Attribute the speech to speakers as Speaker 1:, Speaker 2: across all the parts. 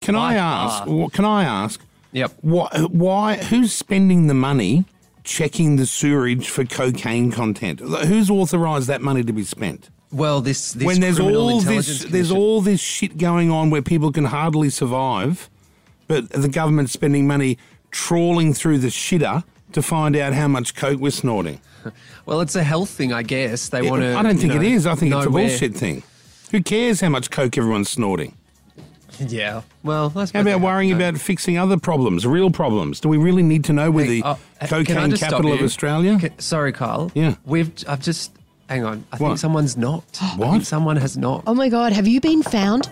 Speaker 1: Can I
Speaker 2: By
Speaker 1: ask?
Speaker 2: far.
Speaker 1: wh- Can I ask?
Speaker 2: uh, Yep.
Speaker 1: Why, why? Who's spending the money checking the sewerage for cocaine content? Who's authorised that money to be spent?
Speaker 2: Well, this, this
Speaker 1: when there's
Speaker 2: criminal
Speaker 1: all
Speaker 2: intelligence
Speaker 1: this, there's
Speaker 2: commission-
Speaker 1: all this shit going on where people can hardly survive, but the government's spending money trawling through the shitter to find out how much coke we're snorting.
Speaker 2: Well, it's a health thing, I guess. They want to.
Speaker 1: I don't think it is. I think it's a bullshit
Speaker 2: thing.
Speaker 1: thing. Who cares how much coke everyone's snorting?
Speaker 2: Yeah. Well, that's
Speaker 1: How about worrying about fixing other problems, real problems? Do we really need to know where the
Speaker 2: Oh, uh,
Speaker 1: cocaine capital of Australia?
Speaker 2: sorry, Carl.
Speaker 1: Yeah.
Speaker 2: We've. I've just. Hang on. I think
Speaker 1: What?
Speaker 2: someone's knocked. I think
Speaker 1: What?
Speaker 2: someone has knocked.
Speaker 3: Oh my God, have you been found?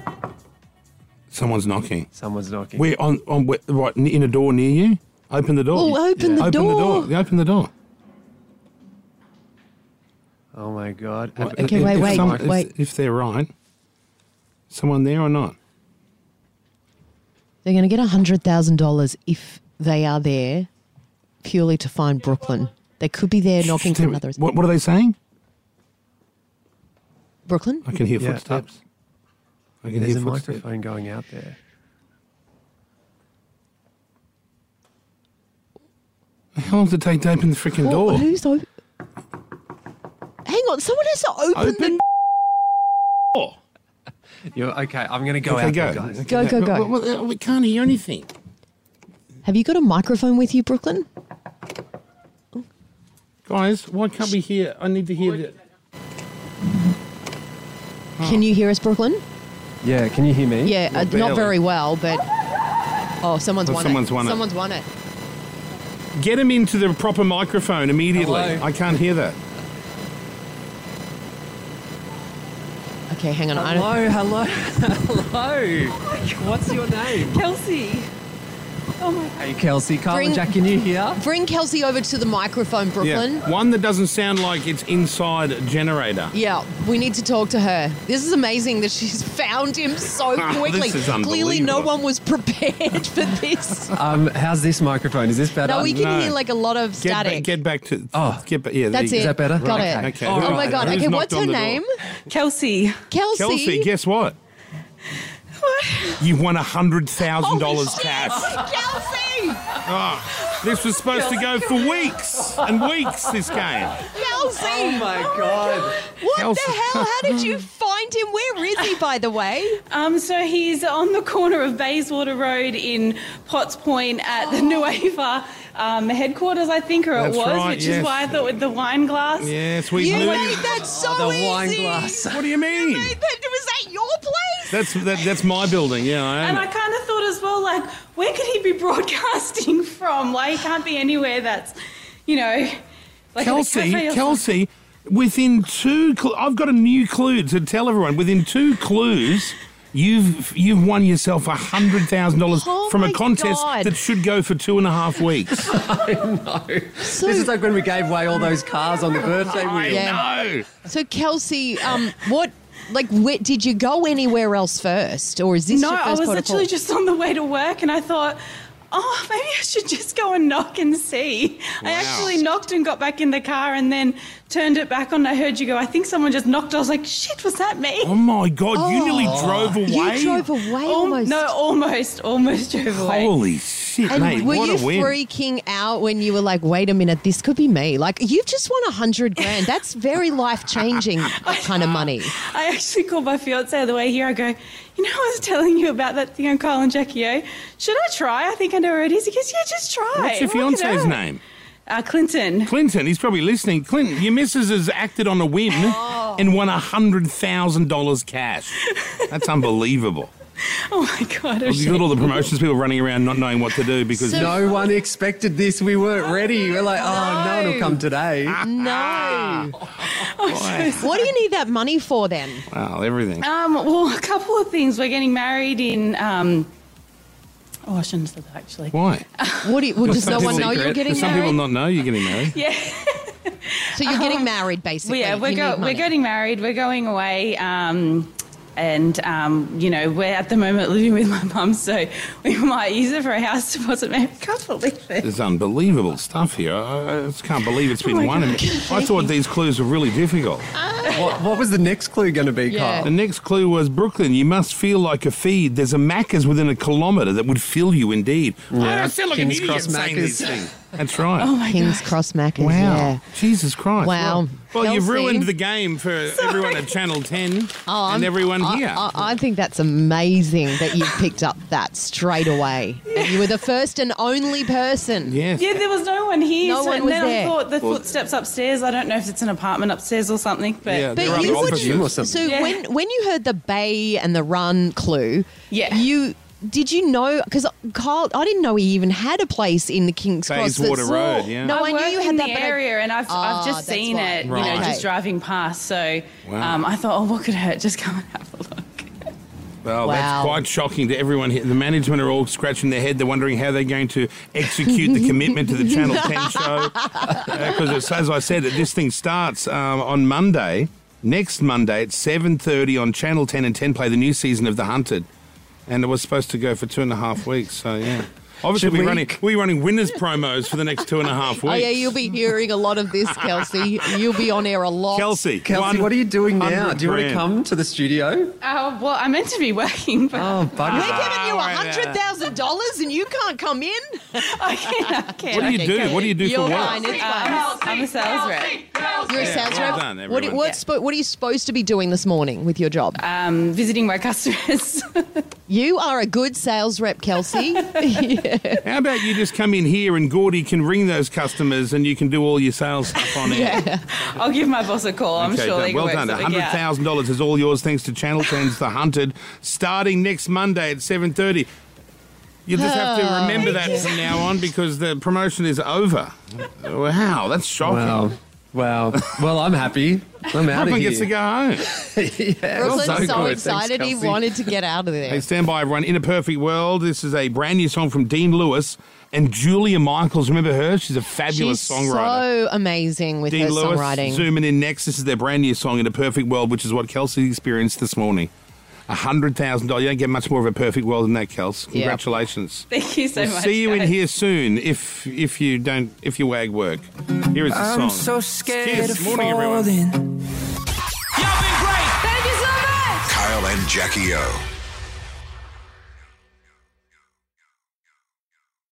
Speaker 1: Someone's knocking.
Speaker 2: Someone's knocking.
Speaker 1: We're on, on where- right n- in a door near you. Open the door.
Speaker 3: Oh, open the door.
Speaker 1: Open the door. Open the door.
Speaker 2: oh my god.
Speaker 3: Okay, wait, wait,
Speaker 1: some-
Speaker 3: wait.
Speaker 1: If, if they're right, someone there or not?
Speaker 3: They're going to get $100,000 if they are there purely to find Brooklyn. They could be there knocking for another.
Speaker 1: What, what are they saying?
Speaker 3: Brooklyn?
Speaker 1: I can hear
Speaker 2: Yeah,
Speaker 1: footsteps. I can
Speaker 2: There's
Speaker 1: hear
Speaker 2: a
Speaker 1: footsteps.
Speaker 2: microphone going out there.
Speaker 1: How long does it take to open the freaking
Speaker 3: Well,
Speaker 1: door?
Speaker 3: Who's op- Hang on, someone has to open,
Speaker 1: Open
Speaker 3: the.
Speaker 1: door.
Speaker 2: You're okay. I'm going to go
Speaker 1: Okay,
Speaker 2: out
Speaker 1: go.
Speaker 2: there, guys.
Speaker 1: Okay,
Speaker 3: Go, go, go.
Speaker 1: Well, well, we can't hear anything.
Speaker 3: Have you got a microphone with you, Brooklyn?
Speaker 1: Guys, why can't we hear? I need to hear the.
Speaker 3: Can you hear us, Brooklyn?
Speaker 2: Yeah. Can you hear me?
Speaker 3: Yeah, uh,
Speaker 1: barely.
Speaker 3: not very well, but. Oh, someone's
Speaker 1: Oh,
Speaker 3: won
Speaker 1: someone's
Speaker 3: it.
Speaker 1: won it.
Speaker 3: someone's won it.
Speaker 1: Get him into the proper microphone immediately.
Speaker 2: Hello?
Speaker 1: I can't hear that.
Speaker 3: Okay, hang on. I don't,
Speaker 2: Hello. Hello. hello. Oh What's your name?
Speaker 4: Kelsey. Oh my
Speaker 2: Hey, Kelsey. Carl
Speaker 3: Bring-
Speaker 2: and Jack, can you hear?
Speaker 3: bring Kelsey over to the microphone, Brooklyn.
Speaker 1: Yeah. One that doesn't sound like it's inside a generator.
Speaker 3: Yeah, we need to talk to her. This is amazing that she's found him so
Speaker 1: This
Speaker 3: quickly.
Speaker 1: is
Speaker 3: Clearly, no
Speaker 1: unbelievable.
Speaker 3: one was prepared for this.
Speaker 2: Um, how's this microphone? Is this better?
Speaker 3: No, we can
Speaker 1: no.
Speaker 3: hear like a lot of
Speaker 1: Get, ba-
Speaker 3: static.
Speaker 1: get back to.
Speaker 2: Oh.
Speaker 1: get back. Yeah, there
Speaker 3: That's
Speaker 1: you go.
Speaker 3: it.
Speaker 2: Is that better?
Speaker 3: Got
Speaker 2: Right,
Speaker 3: it.
Speaker 1: okay.
Speaker 3: Oh
Speaker 1: All
Speaker 3: my
Speaker 1: right.
Speaker 3: god.
Speaker 1: Who's
Speaker 3: Okay,
Speaker 1: knocked
Speaker 3: what's
Speaker 1: on
Speaker 3: her
Speaker 1: the door?
Speaker 3: name?
Speaker 4: Kelsey.
Speaker 3: Kelsey.
Speaker 1: Kelsey, guess what? What? You've won hundred thousand dollars cash.
Speaker 3: Oh, Kelsey!
Speaker 1: Oh, this was supposed to go for weeks and weeks. This game.
Speaker 3: Kelsey!
Speaker 2: Oh my god.
Speaker 3: what
Speaker 1: Kelsey.
Speaker 3: the hell? How did you find him? Where is he, by the way?
Speaker 4: Um, so he's on the corner of Bayswater Road in Potts Point at the New Ava um, headquarters, I think, or
Speaker 1: Oh. That's
Speaker 4: it was,
Speaker 1: right,
Speaker 4: which
Speaker 1: yes.
Speaker 4: is why I thought with the wine glass.
Speaker 1: Yes, we
Speaker 3: You
Speaker 1: knew.
Speaker 3: made that so
Speaker 2: the
Speaker 3: easy.
Speaker 2: wine glass.
Speaker 1: What do you mean?
Speaker 3: Made that- was that your place?
Speaker 1: That's that, that's my building. Yeah, I own
Speaker 4: And I
Speaker 1: it.
Speaker 4: kind of thought as well, like, where could he be broadcasting from? Like, he can't be anywhere that's, you know, like at a
Speaker 1: Kelsey,
Speaker 4: cafe or
Speaker 1: Kelsey, within two, cl- I've got a new clue to tell everyone. Within two clues, you've you've won yourself a hundred thousand
Speaker 3: Oh
Speaker 1: dollars from
Speaker 3: my
Speaker 1: a contest
Speaker 3: God.
Speaker 1: that should go for two and a half weeks.
Speaker 3: So,
Speaker 2: This is like when we gave away all those cars on the birthday wheel.
Speaker 3: Yeah.
Speaker 1: No,
Speaker 3: so Kelsey, um, what, like, where, did you go anywhere else first? Or is this
Speaker 4: No,
Speaker 3: your first
Speaker 4: I was
Speaker 3: protocol?
Speaker 4: literally just on the way to work and I thought, oh, maybe I should just go and knock and see. I
Speaker 1: Wow.
Speaker 4: actually knocked and got back in the car and then turned it back on. I heard you go, I think someone just knocked. I was like, shit, was that me?
Speaker 1: oh my God, you nearly
Speaker 3: Oh.
Speaker 1: drove away.
Speaker 3: You drove away
Speaker 4: Al-
Speaker 3: almost.
Speaker 4: Oh, No, almost, almost drove away.
Speaker 1: Holy shit,
Speaker 3: And
Speaker 1: mate!
Speaker 3: were
Speaker 1: what
Speaker 3: you
Speaker 1: a win!
Speaker 3: freaking out when you were like, wait a minute, this could be me? Like, you've just won a hundred grand. That's very life changing kind of money.
Speaker 4: I actually called my fiance on the way here. I go, you know, I was telling you about that thing on Carl and Jackie O. Should I try? I think I know where it is. He goes, yeah, just try.
Speaker 1: What's your
Speaker 4: Work it
Speaker 1: fiance's
Speaker 4: out."
Speaker 1: name?
Speaker 4: Uh, Clinton.
Speaker 1: Clinton, he's probably listening. Clinton, your missus has acted on a whim
Speaker 3: Oh.
Speaker 1: and won $100,000 cash. That's unbelievable.
Speaker 4: Oh my God. it was
Speaker 1: You've got all the promotions people running around not knowing what to do because
Speaker 3: So-
Speaker 2: No one expected this. We weren't ready. We're like, oh, no one will come today.
Speaker 1: Why?
Speaker 3: No. Ah. What do you need that money for then?
Speaker 1: Wow, everything.
Speaker 4: Um, well, a couple of things. We're getting married in. Um, oh, I shouldn't have said that actually.
Speaker 1: Why?
Speaker 3: What do you, well, does no
Speaker 1: Some
Speaker 3: one know
Speaker 1: people-
Speaker 3: you're getting
Speaker 1: Does some people
Speaker 3: married?
Speaker 1: not know you're getting married?
Speaker 4: Yeah,
Speaker 3: so you're getting married, basically.
Speaker 4: yeah, we're,
Speaker 3: You
Speaker 4: go-
Speaker 3: need
Speaker 4: we're
Speaker 3: money.
Speaker 4: getting married. We're going away. Um, And, um, you know, we're at the moment living with my mum, so we might use it for a house deposit. Man, I can't believe it.
Speaker 1: There's unbelievable stuff here. I, I just can't believe it's been
Speaker 4: Oh my
Speaker 1: one.
Speaker 4: God.
Speaker 1: I thought these clues were really difficult.
Speaker 2: What, what was the next clue going to be,
Speaker 3: Yeah.
Speaker 1: The
Speaker 2: Carl?
Speaker 1: next clue was Brooklyn. You must feel like a feed. There's a Macca's within a kilometre that would fill you indeed. I don't feel like
Speaker 2: King's
Speaker 1: an idiot
Speaker 2: Cross
Speaker 1: saying
Speaker 2: Macca's.
Speaker 1: these things. That's right.
Speaker 4: Oh
Speaker 3: King's Cross Macca's.
Speaker 1: wow.
Speaker 3: Yeah.
Speaker 1: Jesus Christ.
Speaker 3: Wow.
Speaker 1: Well, well, you've
Speaker 3: Kelsey.
Speaker 1: ruined the game for everyone at Channel 10
Speaker 3: Oh,
Speaker 1: and
Speaker 3: I'm-
Speaker 1: everyone
Speaker 3: I,
Speaker 1: here.
Speaker 3: I, I think that's amazing that you picked up that straight away. And you were the first and only person.
Speaker 1: yes.
Speaker 4: Yeah, there was no one here.
Speaker 3: No
Speaker 4: so
Speaker 3: one was
Speaker 4: then
Speaker 3: there.
Speaker 4: I thought the footsteps upstairs. I don't know if it's an apartment upstairs or something, but
Speaker 1: Yeah,
Speaker 3: But
Speaker 1: They're
Speaker 3: you
Speaker 1: other
Speaker 3: would,
Speaker 1: officers. Gym
Speaker 2: or
Speaker 3: so
Speaker 2: something.
Speaker 4: Yeah.
Speaker 3: when when you heard the bay and the run clue,
Speaker 4: Yeah.
Speaker 3: you did you know because Carl, I didn't know he even had a place in the King's Cross. that's-
Speaker 1: Bayswater Road, yeah.
Speaker 3: No, I,
Speaker 4: work
Speaker 3: knew you
Speaker 4: in
Speaker 3: had
Speaker 4: the
Speaker 3: that but I-
Speaker 4: area, and I've, I've
Speaker 3: Ah, that's
Speaker 4: just seen
Speaker 3: why.
Speaker 4: it, you
Speaker 1: Right.
Speaker 4: know,
Speaker 1: Okay.
Speaker 4: just driving past. So
Speaker 1: Wow.
Speaker 4: um, I thought, oh, what could hurt? Just come and have a look.
Speaker 1: Well,
Speaker 3: Wow.
Speaker 1: that's quite shocking to everyone here. The management are all scratching their head. They're wondering how they're going to execute the commitment to the Channel 10 show. Because, as I said, this thing starts um, on Monday, next Monday at 7.30 on Channel 10 and 10 Play, the new season of The Hunted. And it was supposed to go for two and a half weeks, so yeah. Obviously,
Speaker 2: Should
Speaker 1: we're
Speaker 2: we-
Speaker 1: running, we're running winners promos for the next two and a half weeks.
Speaker 3: Oh yeah, you'll be hearing a lot of this, Kelsey. You'll be on air a lot.
Speaker 1: Kelsey,
Speaker 2: Kelsey,
Speaker 1: one
Speaker 2: what are you doing now?
Speaker 1: hundred
Speaker 2: Do you want to
Speaker 1: grand.
Speaker 2: come to the studio?
Speaker 4: Oh, well, I meant to be working, but
Speaker 2: Oh, bugger.
Speaker 3: We're giving
Speaker 1: Ah,
Speaker 3: you
Speaker 1: right there.
Speaker 3: hundred thousand dollars and you can't come in.
Speaker 4: I can't. I can't.
Speaker 1: What do you
Speaker 3: Okay,
Speaker 1: do?
Speaker 3: go.
Speaker 1: What do you do
Speaker 3: You're
Speaker 1: for work?
Speaker 3: fine, it's
Speaker 4: Um, I'm a sales rep.
Speaker 3: You're a sales
Speaker 1: well
Speaker 3: rep.
Speaker 1: done,
Speaker 3: what,
Speaker 1: everyone.
Speaker 3: what's spo- what are you supposed to be doing this morning with your job?
Speaker 1: Uh,
Speaker 4: Um, visiting my customers.
Speaker 3: you are a good sales rep, Kelsey.
Speaker 1: How about you just come in here and Gordy can ring those customers and you can do all your sales stuff on air?
Speaker 4: I'll give my boss a call. I'm
Speaker 1: Okay,
Speaker 4: sure
Speaker 1: done.
Speaker 4: they can
Speaker 1: Well
Speaker 4: work
Speaker 1: done.
Speaker 4: something out.
Speaker 1: $100,000 is all yours thanks to Channel 10's The Hunted starting next Monday at 7.30. You'll just have
Speaker 4: Ah,
Speaker 1: to remember that from now on because the promotion is over. Wow, that's shocking.
Speaker 2: Wow. Wow. Well, I'm happy. I'm out of
Speaker 1: Everyone
Speaker 2: here.
Speaker 1: gets to go home.
Speaker 3: Brooklyn's
Speaker 1: so
Speaker 3: so,
Speaker 1: good. Thanks,
Speaker 3: excited he
Speaker 2: Kelsey.
Speaker 3: wanted to get out of
Speaker 1: Hey,
Speaker 3: there.
Speaker 1: stand by, everyone. In a Perfect World, this is a brand new song from Dean Lewis and Julia Michaels. Remember her? She's a fabulous
Speaker 3: She's
Speaker 1: songwriter.
Speaker 3: so amazing with
Speaker 1: Dean
Speaker 3: her
Speaker 1: Lewis,
Speaker 3: songwriting.
Speaker 1: zooming in next. This is their brand new song, In a Perfect World, which is what Kelsey experienced this morning. $100,000. You don't get much more of a perfect world than that, Kels. Congratulations.
Speaker 4: Thank you so
Speaker 1: We'll
Speaker 4: much.
Speaker 1: see you in
Speaker 4: guys.
Speaker 1: here soon if if you don't if you wag work. Here is the song.
Speaker 5: I'm so scared
Speaker 1: Cheers.
Speaker 5: of
Speaker 1: Morning, everyone.
Speaker 5: falling.
Speaker 6: Kyle and Jackie O.